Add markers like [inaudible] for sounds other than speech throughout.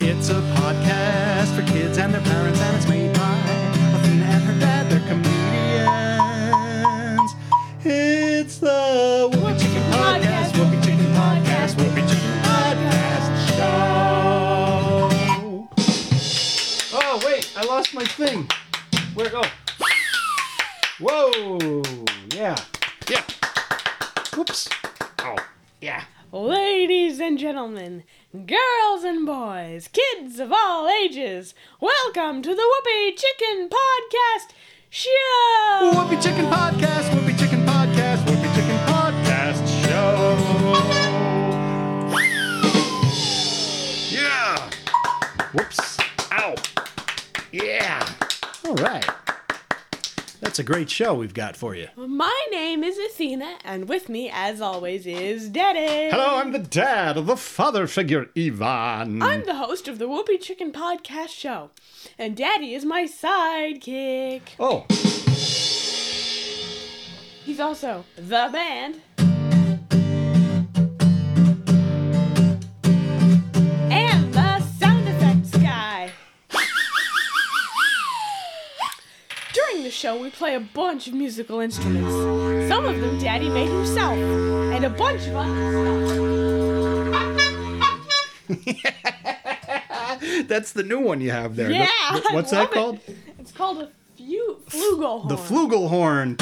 It's a podcast for kids and their parents, and it's made by Athena and her dad. They're comedians. It's the Whoopie Chicken Podcast. Whoopie Chicken Podcast. Whoopie Chicken Podcast Show. Oh wait, I lost my thing. Where go? Whoa! Yeah. Yeah. Whoops. Ow. Yeah. Ladies and gentlemen, girls and boys, kids of all ages, welcome to the Whoopee Chicken Podcast Show! Whoopee Chicken Podcast, Whoopee Chicken Podcast, Whoopee Chicken Podcast Show. Yeah. Whoops. Ow. Yeah. All right. That's a great show we've got for you. My name is Athena, and with me, as always, is Daddy. Hello, I'm the dad of the father figure, Ivan. I'm the host of the Whoopee Chicken Podcast Show, and Daddy is my sidekick. oh, [laughs] He's also the band. And the sound effects guy. During the show, we play a bunch of musical instruments. Some of them Daddy made himself, and a bunch of others. that's the new one you have there. The- Yeah. the- I what's that love it. called? It's called a few flugelhorn. The flugelhorn.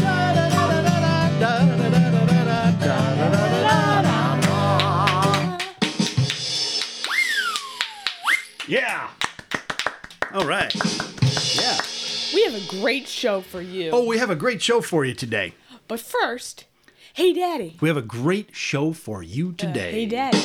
Yeah. All right. Yeah. We have a great show for you. Oh, we have a great show for you today. But first, hey, Daddy. We have a great show for you today. Hey, Daddy.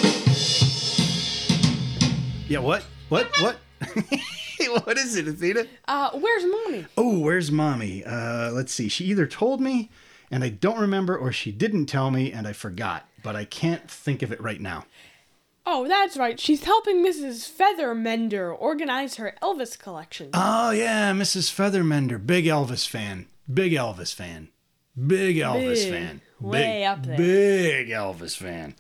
Yeah, what? What? What? [laughs] what is it, Athena? Uh, where's mommy? Oh, where's mommy? Uh, let's see. She either told me and I don't remember, or she didn't tell me and I forgot, but I can't think of it right now. Oh, that's right. She's helping Mrs. Feathermender organize her Elvis collection. Oh yeah, Mrs. Feathermender, big Elvis fan, big Elvis fan, big Elvis Big. fan, Way big, up there. big Elvis fan.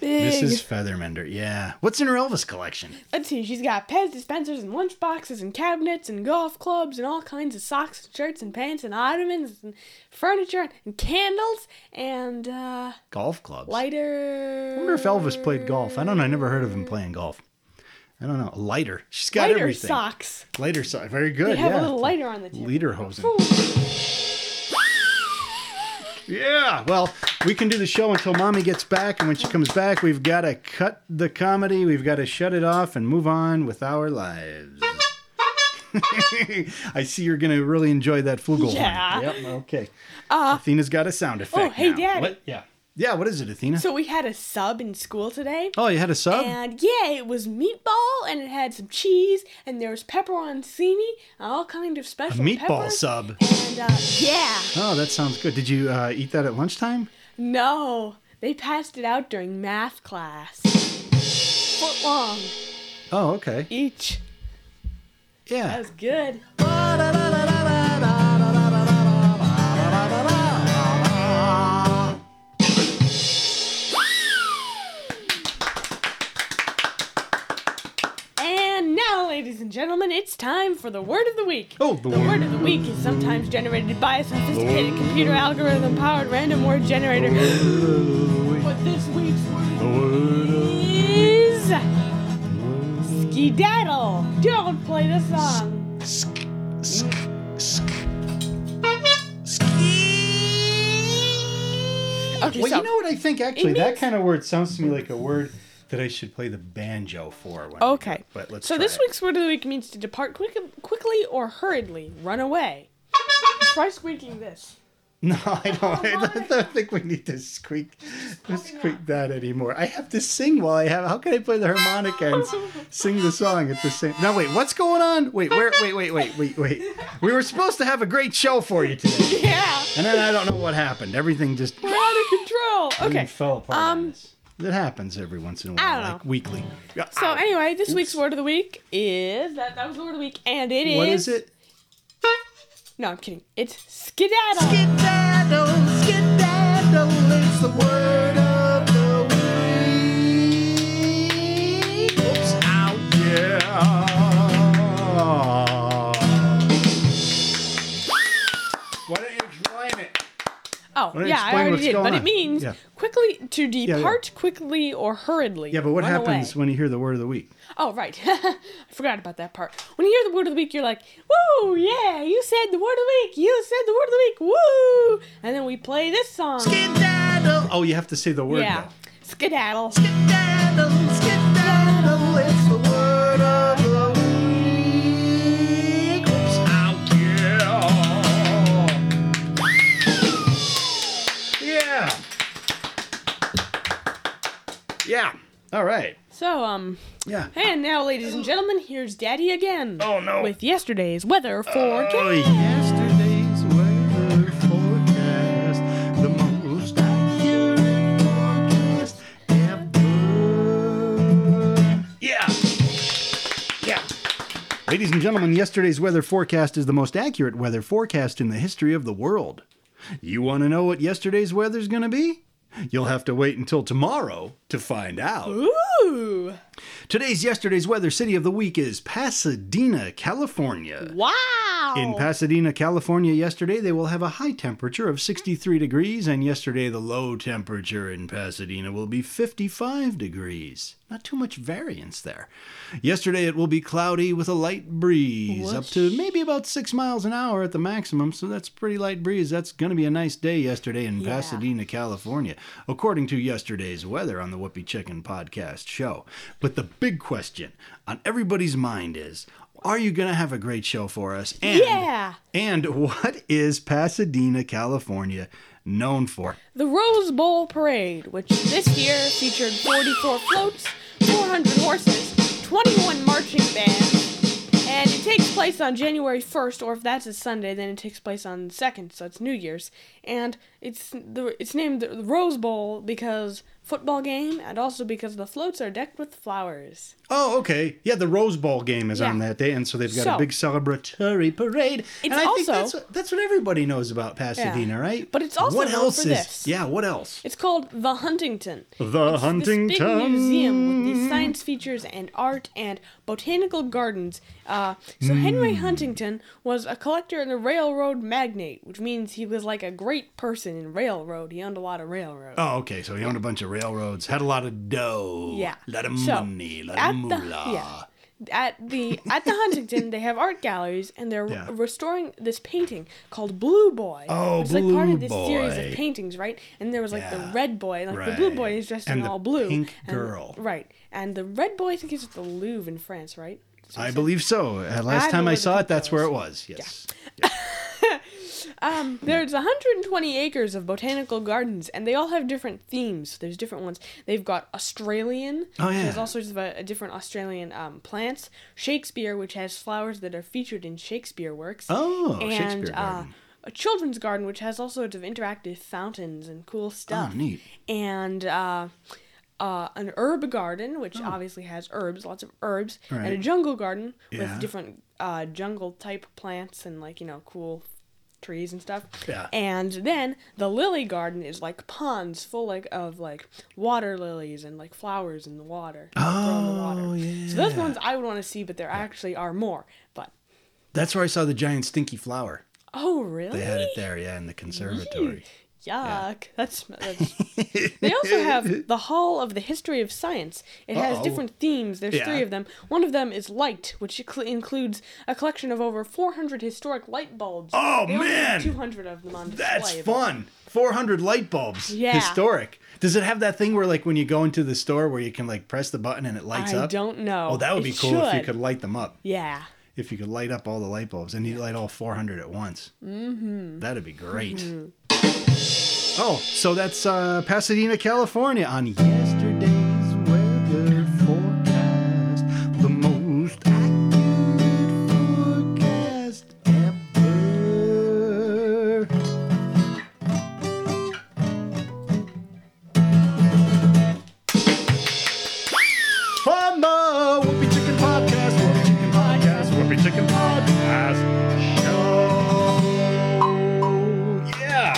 Big. Mrs. Feathermender, yeah. What's in her Elvis collection? Let's see. She's got Pez dispensers and lunchboxes and cabinets and golf clubs and all kinds of socks and shirts and pants and ottomans and furniture and candles and uh, Golf clubs. lighter. I wonder if Elvis played golf. I don't know. I never heard of him playing golf. I don't know. A lighter. She's got lighter everything. socks. Lighter sock. Very good. They have yeah. a little lighter on the tip. Leader hosing. Ooh. Yeah. Well, we can do the show until mommy gets back, and when she comes back, we've got to cut the comedy. We've got to shut it off and move on with our lives. [laughs] I see you're gonna really enjoy that flugelhorn. Yeah. Uh, oh, Yep. Okay. Athena's got a sound effect. hey, now. Daddy. What? Yeah. Yeah. What is it, Athena? So we had a sub in school today. oh, you had a sub. And yeah, it was meatball, and it had some cheese, and there was pepperoncini, and all kind of special Meatball peppers. sub. And uh, yeah, Oh, that sounds good. Did you uh, eat that at lunchtime? no, they passed it out during math class. Foot long Oh, okay. each. That Yeah. was good. And now, ladies and gentlemen, it's time for the word of the week. Oh, the The word. word of the week is sometimes generated by a sophisticated computer algorithm powered random word generator. But this week's word is skedaddle. Don't play the song. Okay, Well, so you know what I think actually? That means- kind of word sounds to me like a word that I should play the banjo for. When I do okay. it, But let's so try this it. week's word of the week means to depart quick, quickly or hurriedly, run away. Try squeaking this. [laughs] No, I don't. I don't think we need to squeak, squeak that anymore. I have to sing while I have. How can I play the harmonica and s- sing the song at the same? No, wait. What's going on? Wait, where? Wait, wait, wait, wait, wait. We were supposed to have a great show for you today, Yeah. and then I don't know what happened. Everything just We're out of control. Okay. fell apart. um, on us. That happens every once in a while, I don't like know. weekly. Ah, Yeah, So ow. anyway, this week's word of the week is that that was the word of the week, and it is. what is it? No, I'm kidding. It's skedaddle. Skedaddle, skedaddle, it's the word of the week. Oops, ow, yeah. well, Well, Oh, yeah, explain I already what's did, going but it on. means Yeah. quickly to yeah. depart quickly or hurriedly. Yeah, but what Run away. happens when you hear the word of the week? Oh, right. [laughs] I forgot about that part. When you hear the word of the week, you're like, woo, yeah, you said the word of the week, you said the word of the week, woo! And then we play this song. Skedaddle. Oh, you have to say the word. yeah. now. Skedaddle. Skedaddle, skedaddle, oh, it's the word of the week. Oops, ow, yeah. Yeah. Yeah. All right. So, um, Yeah. and now, ladies and gentlemen, here's Daddy again. Oh, no. With yesterday's weather forecast. Oh, yesterday's weather forecast, the most accurate forecast ever. Yeah. Yeah. Ladies and gentlemen, yesterday's weather forecast is the most accurate weather forecast in the history of the world. You want to know what yesterday's weather's going to be? You'll have to wait until tomorrow to find out. Ooh! Today's yesterday's weather city of the week is Pasadena, California. Wow! In Pasadena, California, yesterday they will have a high temperature of 63 degrees, and yesterday the low temperature in Pasadena will be 55 degrees. Not too much variance there. Yesterday it will be cloudy with a light breeze, up to maybe about six miles an hour at the maximum, so that's pretty light breeze. That's going to be a nice day yesterday in Pasadena, California, according to yesterday's weather on the Whoopi Chicken podcast show. But the big question on everybody's mind is. Are you going to have a great show for us? And Yeah. and what is Pasadena, California known for? The Rose Bowl Parade, which this year featured 44 floats, 400 horses, 21 marching bands, and it takes place on January 1st, or if that's a Sunday, then it takes place on the 2nd, so it's New Year's. And it's the, it's named the Rose Bowl because football game, and also because the floats are decked with flowers. Oh, okay. Yeah, the Rose Bowl game is Yeah. on that day, and so they've got a So- big celebratory parade. and I think also- that's what, that's what everybody knows about Pasadena, Yeah. right? But it's also what known else is? for this. Yeah, what else? It's called the Huntington. The Huntington This big museum with these science features and art and botanical gardens. Uh, so Henry Huntington was a collector and a railroad magnate, which means he was like a great person in railroad. He owned a lot of railroad. Oh, okay. So he owned a bunch of railroads, had a lot of dough, yeah. a lot of So, money, a lot at of the- moolah. yeah. At the at the Huntington, they have art galleries, and they're Yeah. restoring this painting called Blue Boy. Oh, which is like part Blue of this series Boy. of paintings, right? And there was like Yeah. the Red Boy, and like the Blue Boy Right. is dressed And in the all blue. pink and- girl. right? And the Red Boy, I think, is at the Louvre in France, right? That's what I it believe so. Uh, last I time I believe saw it it, that's where it was. Yes. Mm-hmm. Um, there's 120 acres of botanical gardens, and they all have different themes. There's different ones. They've got Australian. Oh, which yeah. There's all sorts of uh, different Australian um, plants. Shakespeare, which has flowers that are featured in Shakespeare works. Oh, and, Shakespeare Uh, Garden. a children's garden, which has all sorts of interactive fountains and cool stuff. Oh, neat. And uh, uh, an herb garden, which obviously has herbs, lots of herbs, and a Oh. Right. jungle garden Yeah. with different uh, jungle type plants and like you know cool trees and stuff. Yeah. And then the lily garden is like ponds full like of like water lilies and like flowers in the water. like, grow in the Oh, So those yeah. ones I would want to see, but there actually are more. But That's where I saw the giant stinky flower. oh really? They had it there, yeah, in the conservatory. Yuck. That's, that's [laughs] They also have the Hall of the History of Science. It has Uh-oh. different themes. There's Yeah. three of them. One of them is light, which incl- includes a collection of over 400 historic light bulbs. Oh, They only have man! 200 of them on display. That's but- fun. 400 light bulbs. Yeah. Historic. Does it have that thing where, like, when you go into the store where you can, like, press the button and it lights I up? don't know. Oh, that would It be cool if you should. could light them up. Yeah. If you could light up all the light bulbs and you light all 400 at once. Mm-hmm. That'd be great. Mm-hmm. Oh, so that's uh, Pasadena, California on yesterday's weather forecast. The most accurate forecast ever. From the Whoopi Chicken Podcast, Whoopi Chicken Podcast, Whoopi Chicken Podcast Show. Yeah.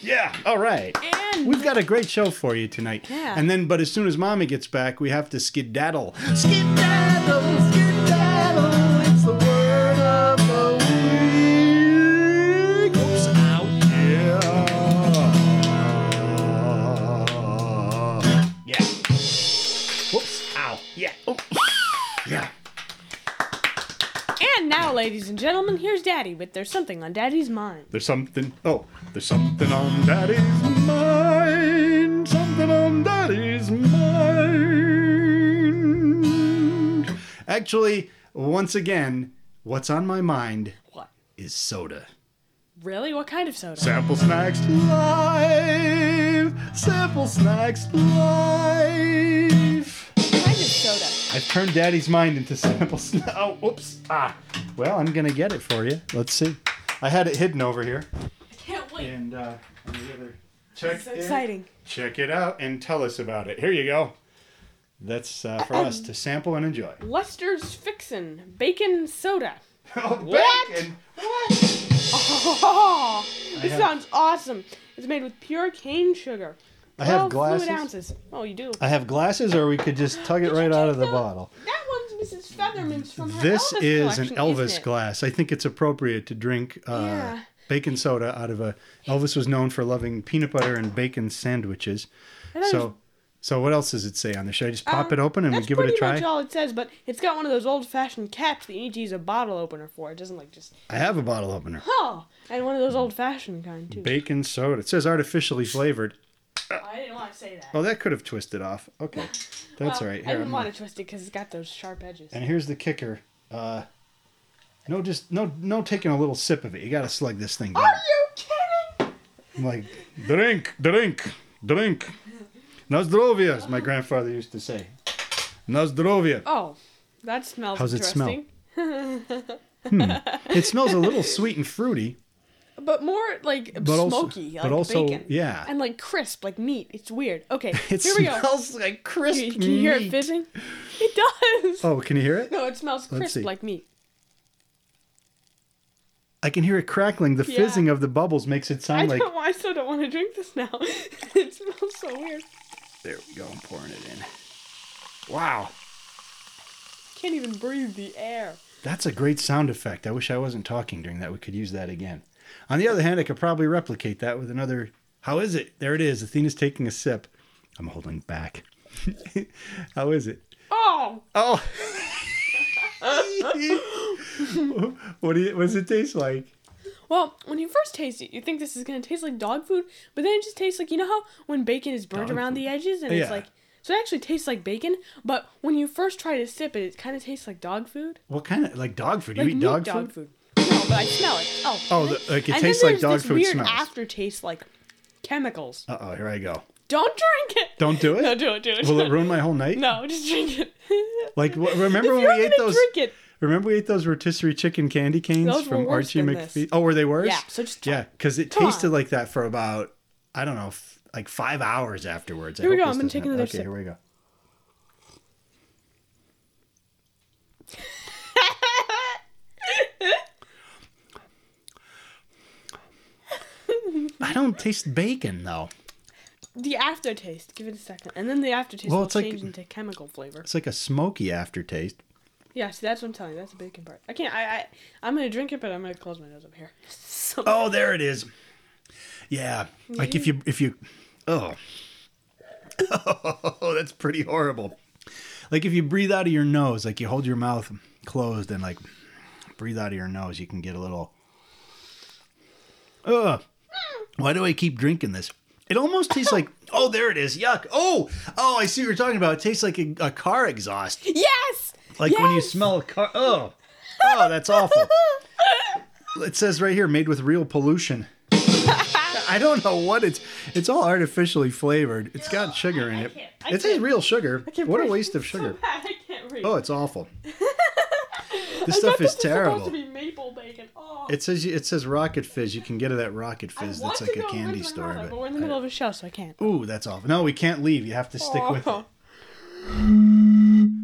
Yeah. All right. And We've got a great show for you tonight. Yeah. And then, but as soon as mommy gets back, we have to skedaddle. Skedaddle, skedaddle. It's the word of the week. Wow. Yeah. Oh. Yeah. And now, ladies and gentlemen, here's Daddy with There's Something on Daddy's Mind. There's something. Oh, there's something on daddy's mind. Something on daddy's mind. Actually, once again, what's on my mind What? is soda. Really? What kind of soda? Sample Snacks Live! Sample Snacks Live! What kind of soda? I've turned Daddy's mind into Sample Snacks. Oh, oops. Ah. Well, I'm gonna get it for you. Let's see. I had it hidden over here. I can't wait. And, uh, on the other. Check It's so it- exciting. Check it out and tell us about it. Here you go. That's uh, for us to sample and enjoy. Lester's Fixin' Bacon Soda. [laughs] Oh, What? bacon. What? Oh, this have- sounds awesome. It's made with pure cane sugar. I have 12 fluid glasses. ounces. Oh, you do. I have glasses, or we could [gasps] just tug it Did right you out take of the the- bottle. That one's Mrs. Featherman's from her This Elvis is an collection, Elvis isn't it? glass. I think it's appropriate to drink uh, Yeah. bacon soda out of a. Elvis was known for loving peanut butter and bacon sandwiches. I thought it was- So, so what else does it say on there? Should I just pop Um, it open and we That's give it a pretty try? much all it says, but it's got one of those old-fashioned caps that you need to use a bottle opener for. It doesn't like just I have a bottle opener. oh, and one of those old-fashioned kind too. Bacon soda. It says artificially flavored. I didn't want to say that. Oh, that could have twisted off. Okay, that's all right. Here, I didn't I'm want gonna- to twist it because it's got those sharp edges. and here's the kicker. Uh, no, just no, no taking a little sip of it. You gotta slug this thing down. Are you kidding? I'm like, drink, drink, drink. Nazdrovia, as my grandfather used to say. Nazdrovia. Oh, that smells How's it smell? interesting. It smells a little sweet and fruity. But more like also- smoky, but like also- bacon. yeah. And like crisp, like meat. It's weird. Okay, [laughs] It here we go. smells like crisp Can you hear it meat. fizzing? It does. Oh, can you hear it? No, it smells crisp see. like meat. I can hear it crackling. The Yeah. fizzing of the bubbles makes it I sound like. don't. I still don't want to drink this now. [laughs] it smells so weird. There we go. I'm pouring it in. Wow, Can't even breathe the air. that's a great sound effect. I wish I wasn't talking during that. We could use that again. On the other hand, I could probably replicate that with another. How is it? There it is. Athena's taking a sip. I'm holding back. [laughs] How is it? Oh, Oh. [laughs] what do you, what does it taste like? well, when you first taste it, you think this is gonna taste like dog food, but then it just tastes like you know how when bacon is burnt Dog around the edges and it's Yeah. like so it actually tastes like bacon, but when you first try to sip it, it kind of tastes like dog food. What kind of like dog food? Do Like you eat meat dog, food? No, but I smell it. Oh. Oh, the, like it and tastes then like there's dog this food weird smells. aftertaste, like chemicals. uh oh, here I go. Don't drink it. Don't do it. [laughs] No, do it, do it. Will it ruin my whole night? [laughs] No, just drink it. [laughs] Like wh- remember If when you're we ate gonna those? Drink it. Remember we ate those rotisserie chicken candy canes Those were from worse Archie than McPhee? this. Oh, were they worse? Yeah, so just try. yeah, because it Come on. tasted like that for about I don't know, f- like five hours afterwards. Here we I hope go, this I'm gonna doesn't take happen. another Okay, sip. here we [laughs] go. I don't taste bacon though. The aftertaste. Give it a second, and then the aftertaste Well, will it's like- change into chemical flavor. It's like a smoky aftertaste. Yeah, see, that's what I'm telling you. That's the bacon part. I can't. I, I I'm gonna drink it, but I'm gonna close my nose up here. [laughs] So, Oh, there it is. Yeah, like if you if you, oh, [laughs] oh, that's pretty horrible. Like if you breathe out of your nose, like you hold your mouth closed and like breathe out of your nose, you can get a little. Ugh. Why do I keep drinking this? It almost tastes like oh, there it is. Yuck. Oh, oh, I see what you're talking about. It tastes like a, a car exhaust, Yes. like when you Yes! smell a car. Oh, oh, that's awful. It says right here, made with real pollution. [laughs] I don't know what it's. It's all artificially flavored. It's got sugar in it. can't- I It says can't- real sugar. I can't What a [laughs] breathe. waste of So sugar. bad, I can't breathe. Oh, it's [laughs] awful. This I thought stuff is this was supposed to terrible. be maple bacon. Oh. It says it says rocket fizz. You can get it at Rocket I Fizz. want That's like to a go with candy my store. mother, but we're in the but middle of a show, so I can't. ooh, that's awful. No, we can't leave. You have to stick with it. Oh.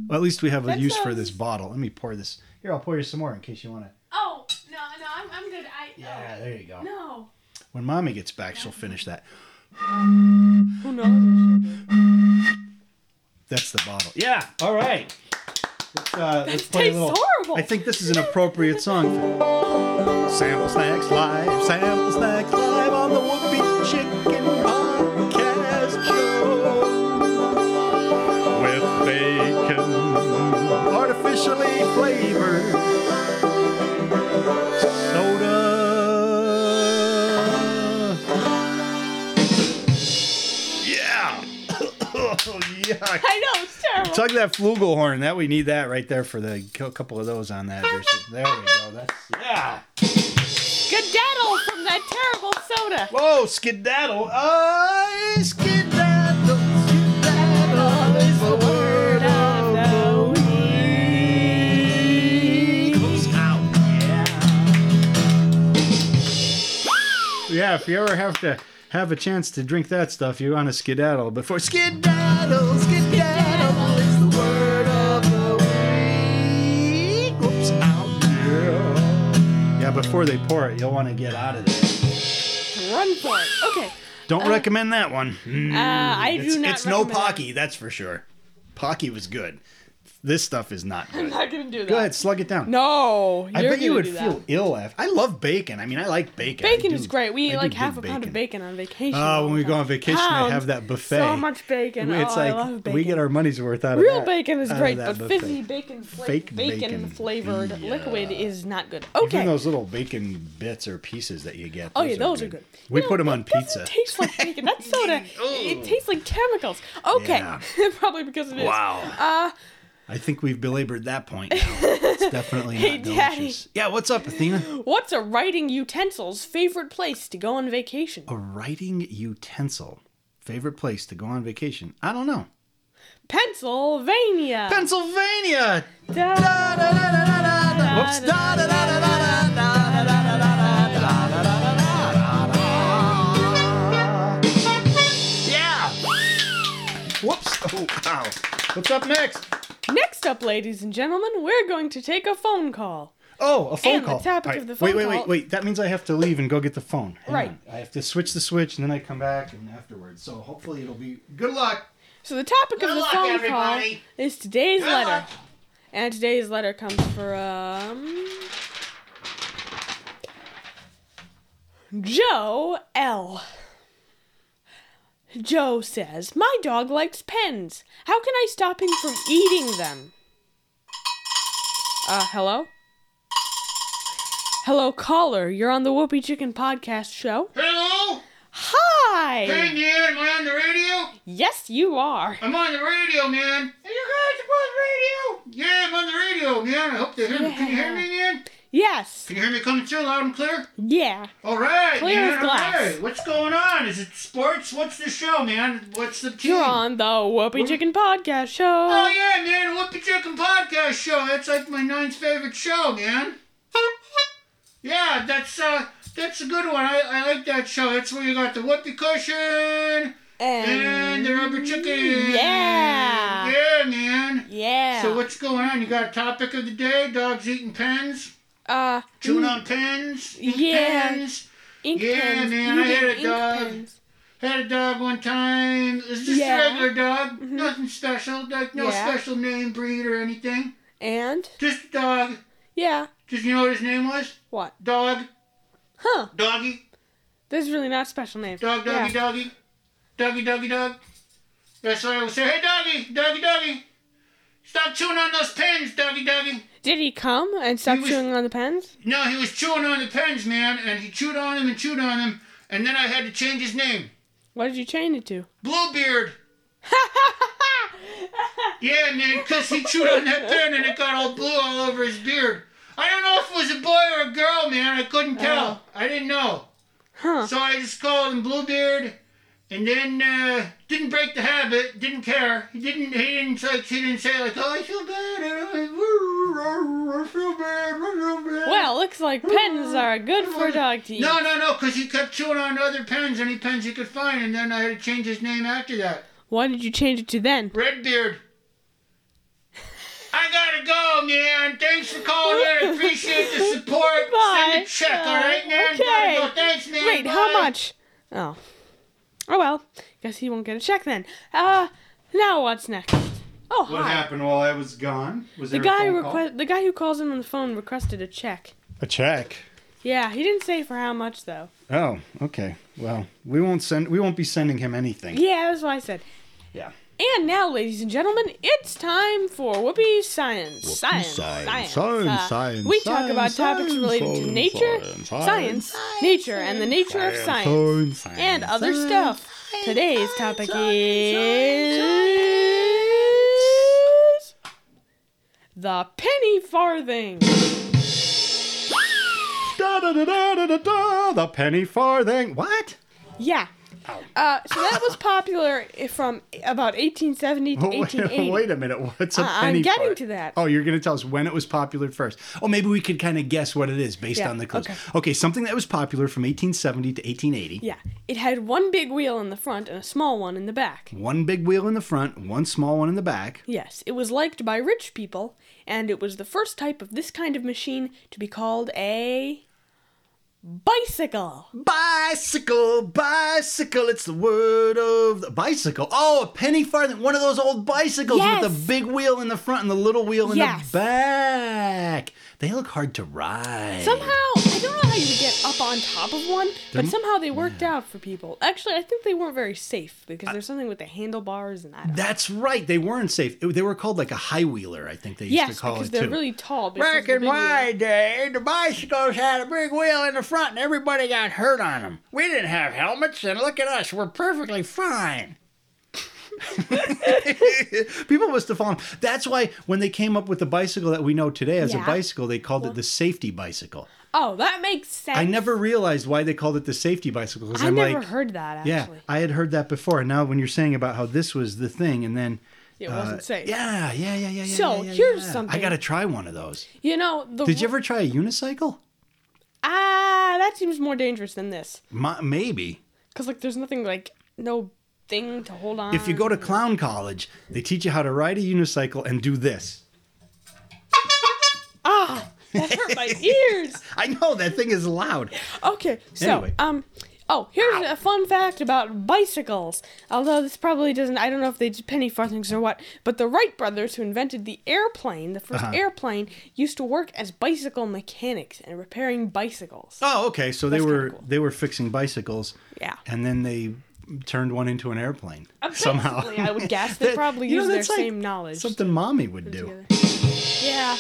Well, at least we have a That use for sounds- this bottle. Let me pour this. Here, I'll pour you some more in case you want to. Oh no, no, I'm, I'm good. I Yeah, there you go. no. When mommy gets back, she'll finish that. Who knows? That's the bottle. Yeah. All right. Let's, uh, let's play a tastes little. horrible. I think this is an appropriate song. for Sample Snacks Live, Sample Snacks Live on the Whoopee Chicken Podcast Show. With bacon [coughs] Sorry. I know it's terrible. Tug that flugelhorn. That we need that right there for the a couple of those on that. There's- There we go. That's yeah. Skedaddle from that terrible soda. Whoa, skedaddle. Oh, skedaddle. Skedaddle is the word of the week. Close out. Yeah. Yeah, if you ever have to have a chance to drink that stuff, you want to skedaddle before skedaddle. Skedaddle is the word of the week. Whoops, out. Yeah. Yeah, before they pour it, you'll want to get out of there. Run for it. Okay. Don't recommend that one. Uh, I It's, do not. it's no recommend- [laughs] Pocky, that's for sure. Pocky was good. This stuff is not I'm good. not gonna do that. Go ahead, slug it down. Oh No, I you're bet you gonna would do that. feel ill after. I love bacon. I mean, I like bacon. I Bacon do- is great. We I eat do like dig half a pound of bacon on Oh, vacation. all when the we go time. on vacation, they Pound. have that buffet. So much bacon. It's oh, like I love bacon. we get our money's worth out of Real that- bacon is out of great, that but buffet. fizzy bacon, fla- Fake bacon, bacon. flavored Yeah. liquid is not good. Okay. Even those little bacon bits or pieces that you get. Oh yeah, those are good. We You know, put them on it doesn't pizza. Tastes like bacon. That's soda. [laughs] it tastes like chemicals. Okay, Yeah. [laughs] probably because it is. Wow. Uh, I think we've belabored that point [laughs] now. It's definitely not Hey, Daddy. delicious. Yeah, what's up, Athena? what's a writing utensil's favorite place to go on vacation? A writing utensil. Favorite place to go on vacation? I don't know. Pennsylvania. Pennsylvania. Da- Da-da-da-da-da-da. Whoops. Da-da-da-da-da-da-da-da-da-da-da-da-da-da. Yeah. Whoops. Oh, wow. What's up next? Next up, ladies and gentlemen, we're going to take a phone call. Oh, a phone And the call. topic All of the phone wait, wait, call- wait, wait. That means I have to leave and go get the phone. Hang Right. on. I have to switch the switch and then I come back and afterwards. So hopefully it'll be good luck. So the topic Good of the luck, phone everybody. call is today's Good letter, luck. and today's letter comes from Joe L. Joe says, "My dog likes pens. How can I stop him from eating them?" Uh, hello. Hello, caller. You're on the Whoopi Chicken Podcast show. Hello? Hi. yeah, am I on the radio? Yes, you are. I'm on the radio, man. Are you guys on the radio? Yeah, I'm on the radio, man. I hope they hear me. Can you hear me, man? Yes. Can you hear me coming through loud and clear? Yeah. All right. Clear man, as all glass. right. What's going on? Is it sports? What's the show, man? What's the team? You're on the Whoopi Chicken Podcast Oh, Show. yeah, man. Whoopie Chicken Podcast Show. That's like my ninth favorite show, man. Yeah, that's, uh, that's a good one. I, I like that show. That's where you got the whoopee cushion and And the rubber chicken. yeah. Yeah, man. yeah. So what's going on? You got a topic of the day? Dogs eating pens? uh, Chewing on pens? Ink Yeah. Pens? ink Yeah, pens. man, I eating had a ink dog. pens. Had a dog one time. It's just Yeah. Mm-hmm. a regular dog. Nothing special. Like no Yeah. special name, breed, or anything. And Just a dog. yeah, Just you know what his name was? what? Dog. Huh? Doggy. This is really not a special name. Dog, doggy, yeah. doggy. Doggy, doggy, dog. That's why I would say, hey, doggy, doggy, doggy. Stop chewing on those pens, doggy, doggy. Did he come and stop He was- chewing on the pens? No, he was chewing on the pens, man, and he chewed on them and chewed on them, and then I had to change his name. What did you change it to? Bluebeard. yeah, man, 'cause he chewed on that pen and it got all blue all over his beard. I don't know if it was a boy or a girl, man. I couldn't tell. I didn't know. Huh? So I just called him Bluebeard, and then uh, didn't break the habit. Didn't care. He didn't. He didn't like. He didn't say like, "Oh, I feel bad. I I feel bad. I feel bad." Well, looks like pens are good for a dog to eat. No, no, no, because he kept chewing on other pens, any pens he could find, and then I had to change his name after that. What did you change it to then? Redbeard. I gotta go, man. Thanks for calling in. I appreciate the support. Send Bye. a check, all right, man? Okay. Gotta go. Thanks, man. Wait, Bye. how much? Oh. Oh well. Guess he won't get a check then. Uh now what's next? Oh What hi. happened while I was gone? Was The guy request the guy who calls him on the phone requested a check. a check. Yeah, he didn't say for how much though. Oh, okay. Well, we won't send. We won't be sending him anything. Yeah, that's what I said. Yeah. And now, ladies and gentlemen, it's time for Whoopi Science. science, Science, science, science, Uh, science, We talk about science, topics related to science, nature, science, science, science, nature, and the nature of science, and other stuff. Today's topic is the penny farthing. Da da da da da da da. The penny farthing. What? Yeah. Uh, so that was popular i- from about 1870 to Oh, [laughs] Wait, 1880. wait a minute. What's a I- Uh, I'm penny? getting fart? to that. Oh, you're going to tell us when it was popular first. Oh, maybe we could kind of guess what it is based Yeah, on the clues. okay. Okay. something that was popular from 1870 to 1880. Yeah. It had one big wheel in the front and a small one in the back. One big wheel in the front, one small one in the back. Yes, it was liked by rich people, and it was the first type of this kind of machine to be called a bicycle. Bicycle, bicycle. It's the word of the bicycle. Oh, a penny farthing. One of those old bicycles with Yes. the big wheel in the front and the little wheel in Yes. the back. They look hard to ride. Somehow, I don't know how you get up on top of one, but Them- somehow they worked out for people. Actually, I think they weren't very safe because there's something with the handlebars and I don't know. That's right. They weren't safe. It- They were called like a high wheeler. I think they used Yes, to call because it they're too. really tall. but it was Back the in big wheel. my day, uh, the bicycles had a big wheel in the front and everybody got hurt on them. We didn't have helmets, and look at us, we're perfectly fine. [laughs] People must have fallen. That's why when they came up with the bicycle that we know today as Yeah. a bicycle, they called it the safety bicycle. Oh, that makes sense. I never realized why they called it the safety bicycle because I I'm never like, heard that yeah, actually. I had heard that before. And now when you're saying about how this was the thing, and then It wasn't safe. Uh, Yeah, yeah, yeah, yeah. yeah, yeah, So, yeah, here's yeah. something. I gotta try one of those. You know, the Did you ever try a unicycle? ah, that seems more dangerous than this. My, maybe. Cause like there's nothing like no thing to hold on. If you go to clown college, they teach you how to ride a unicycle and do this. ah, that hurt [laughs] my ears. I know that thing is loud. Okay, so Anyway. um, oh, here's a fun fact about bicycles. Although this probably doesn't, I don't know if they did penny farthings or what. But the Wright brothers, who invented the airplane, the 1st Uh-huh. airplane, used to work as bicycle mechanics and repairing bicycles. Oh, okay. So they That's were kinda cool. they were fixing bicycles. Yeah. And then they turned one into an airplane somehow. Basically, I [laughs] would guess they That- probably you know, used their that's like same knowledge. Something mommy would do. Yeah.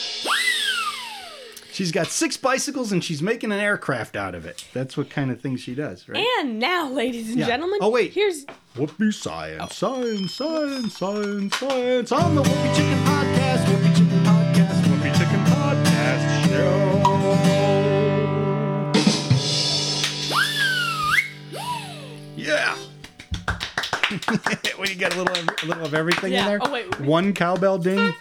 She's got six bicycles and she's making an aircraft out of it. That's what kind of thing she does, right? And now, ladies and Yeah. gentlemen, Oh, wait. here's Whoopie science, science, science, science, science Oh. on the Whoopie Chicken Podcast, Whoopie Chicken Podcast, Whoopi Chicken Podcast Show. Yeah. [laughs] when you got a little, of- a little of everything Yeah. in there. Oh, wait, we- One cowbell ding,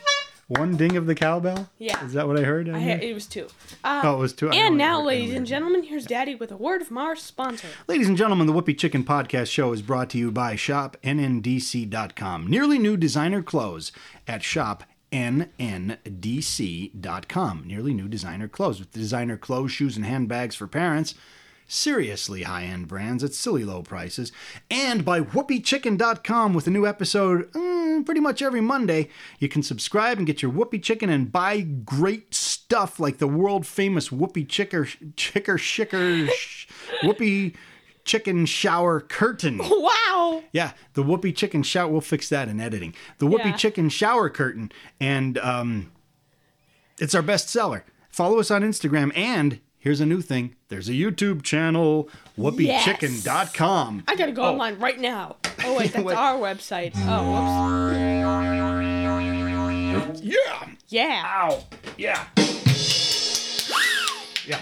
one ding of the cowbell. Yeah. Is that what I heard? on I ha- there? it was two. Uh, Oh, it was two. I And only now, heard- I ladies only and heard- gentlemen, here's Daddy with a word from our sponsor. Ladies and gentlemen, the Whoopee Chicken Podcast Show is brought to you by ShopNNDC.com. Nearly new designer clothes at ShopNNDC.com. Nearly new designer clothes with designer clothes, shoes, and handbags for parents. Seriously high end brands at silly low prices. And by WhoopieChicken.com with a new episode mm, pretty much every Monday. You can subscribe and get your Whoopee Chicken and buy great stuff like the world famous Whoopee Chicker, Chicker, Shicker, sh- Whoopee Chicken Shower Curtain. Wow. Yeah, the Whoopee Chicken Shower. We'll fix that in editing. The Whoopee Yeah. Chicken Shower Curtain. And um, it's our best seller. Follow us on Instagram. And here's a new thing there's a YouTube channel, whoopeechicken.com. I gotta go online [laughs] right now. Oh wait, that's Wait. our website. Oh, whoops. Yeah. Yeah. Ow. [gasps] Yeah. Yeah.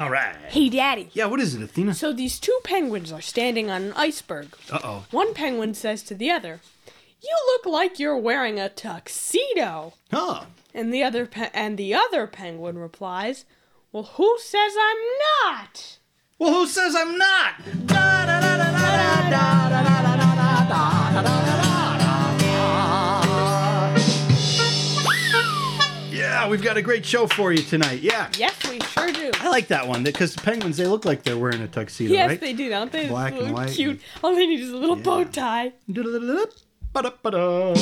All right. Hey, Daddy. Yeah, what is it, Athena? So these two penguins are standing on an iceberg. Uh oh. One penguin says to the other, "You look like you're wearing a tuxedo." Huh. And the other pe- and the other penguin replies, "Well, who says I'm not?" Well, who says I'm not? Yeah, we've got a great show for you tonight. Yeah. Yes, we sure do. I like that one because the penguins, they look like they're wearing a tuxedo, Yes, right? they do, don't they? It's Black and so white Cute. All they need is a little bow tie. Ba-da-ba-da. On the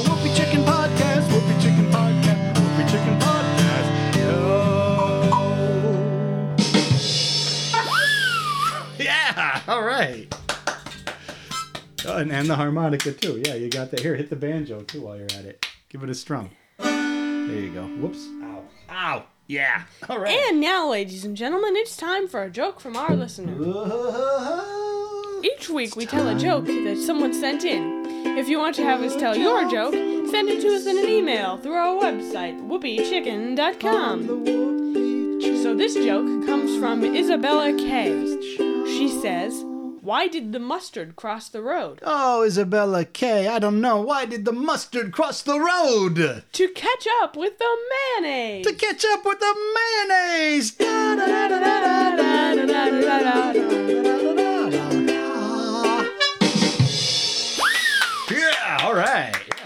Whoopi Chicken Podcast, Whoopi Chicken Podcast, Whoopi Chicken Podcast Show. Yeah, all right. Oh, and, and the harmonica too. Yeah, you got that. Here, hit the banjo too while you're at it. Give it a strum. There you go. Whoops. Ow. Ow. Yeah. All right. And now, ladies and gentlemen, it's time for a joke from our listener. Each week we tell a joke that someone sent in. If you want to have us tell your joke, Send it to us in an email through our website, whoopeechicken.com. So this joke comes from Isabella K. She says, Why did the mustard cross the road? Oh, Isabella K. I don't know. Why did the mustard cross the road? To catch up with the [laughs] mayonnaise. To catch up with the mayonnaise. Yeah, all right. Yeah.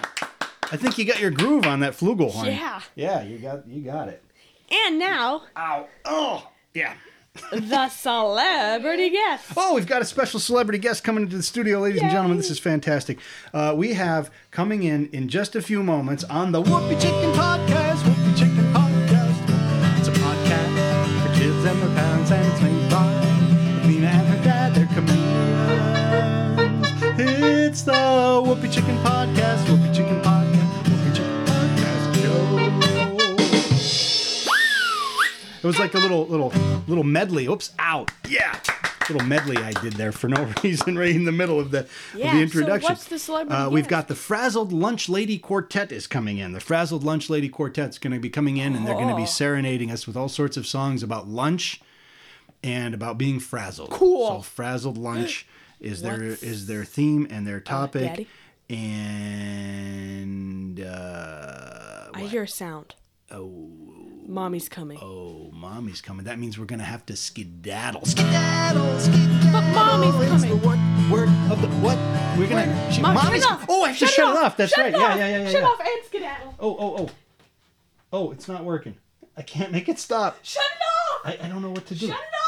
I think you got your groove on that flugelhorn. Yeah. Yeah, you got you got it. And now, Ow. Oh. Yeah. the celebrity guest. Oh, we've got a special celebrity guest coming into the studio, ladies and Yay. gentlemen. This is fantastic. Uh, we have coming in in just a few moments on the Whoopee Chicken Podcast. Whoopee Chicken Podcast. It's a podcast for kids and their parents, and it's made by Lena and her dad. They're comedians. It's the Whoopee Chicken Podcast. Whoopee Chicken Podcast. Whoopee Chicken Podcast. Show. It was like a little little little medley. Oops, out. Yeah. Little medley I did there for no [laughs] reason, right in the middle of the, of Yeah, the so introduction. what's the celebrity Uh, we've guest? got the Frazzled Lunch Lady Quartet is coming in. The Frazzled Lunch Lady Quartet's going to be coming in, and they're going to be Oh. serenading us with all sorts of songs about lunch and about being frazzled. Cool. So frazzled [gasps] lunch is their What's- is their theme and their topic. Daddy? and uh, I hear a sound. Oh. Mommy's coming. Oh, mommy's coming. That means we're gonna have to skedaddle. Skedaddle, skedaddle. But mommy's It's coming. The word, word of the what? We're gonna. She, Mom, mommy's. shut it off. Oh, I have to shut, it off. That's Shut right. it Yeah, off. yeah, yeah, yeah. Shut yeah. off and skedaddle. Oh, oh, oh. Oh, it's not working. I can't make it stop. Shut it off. I, I don't know what to do. Shut it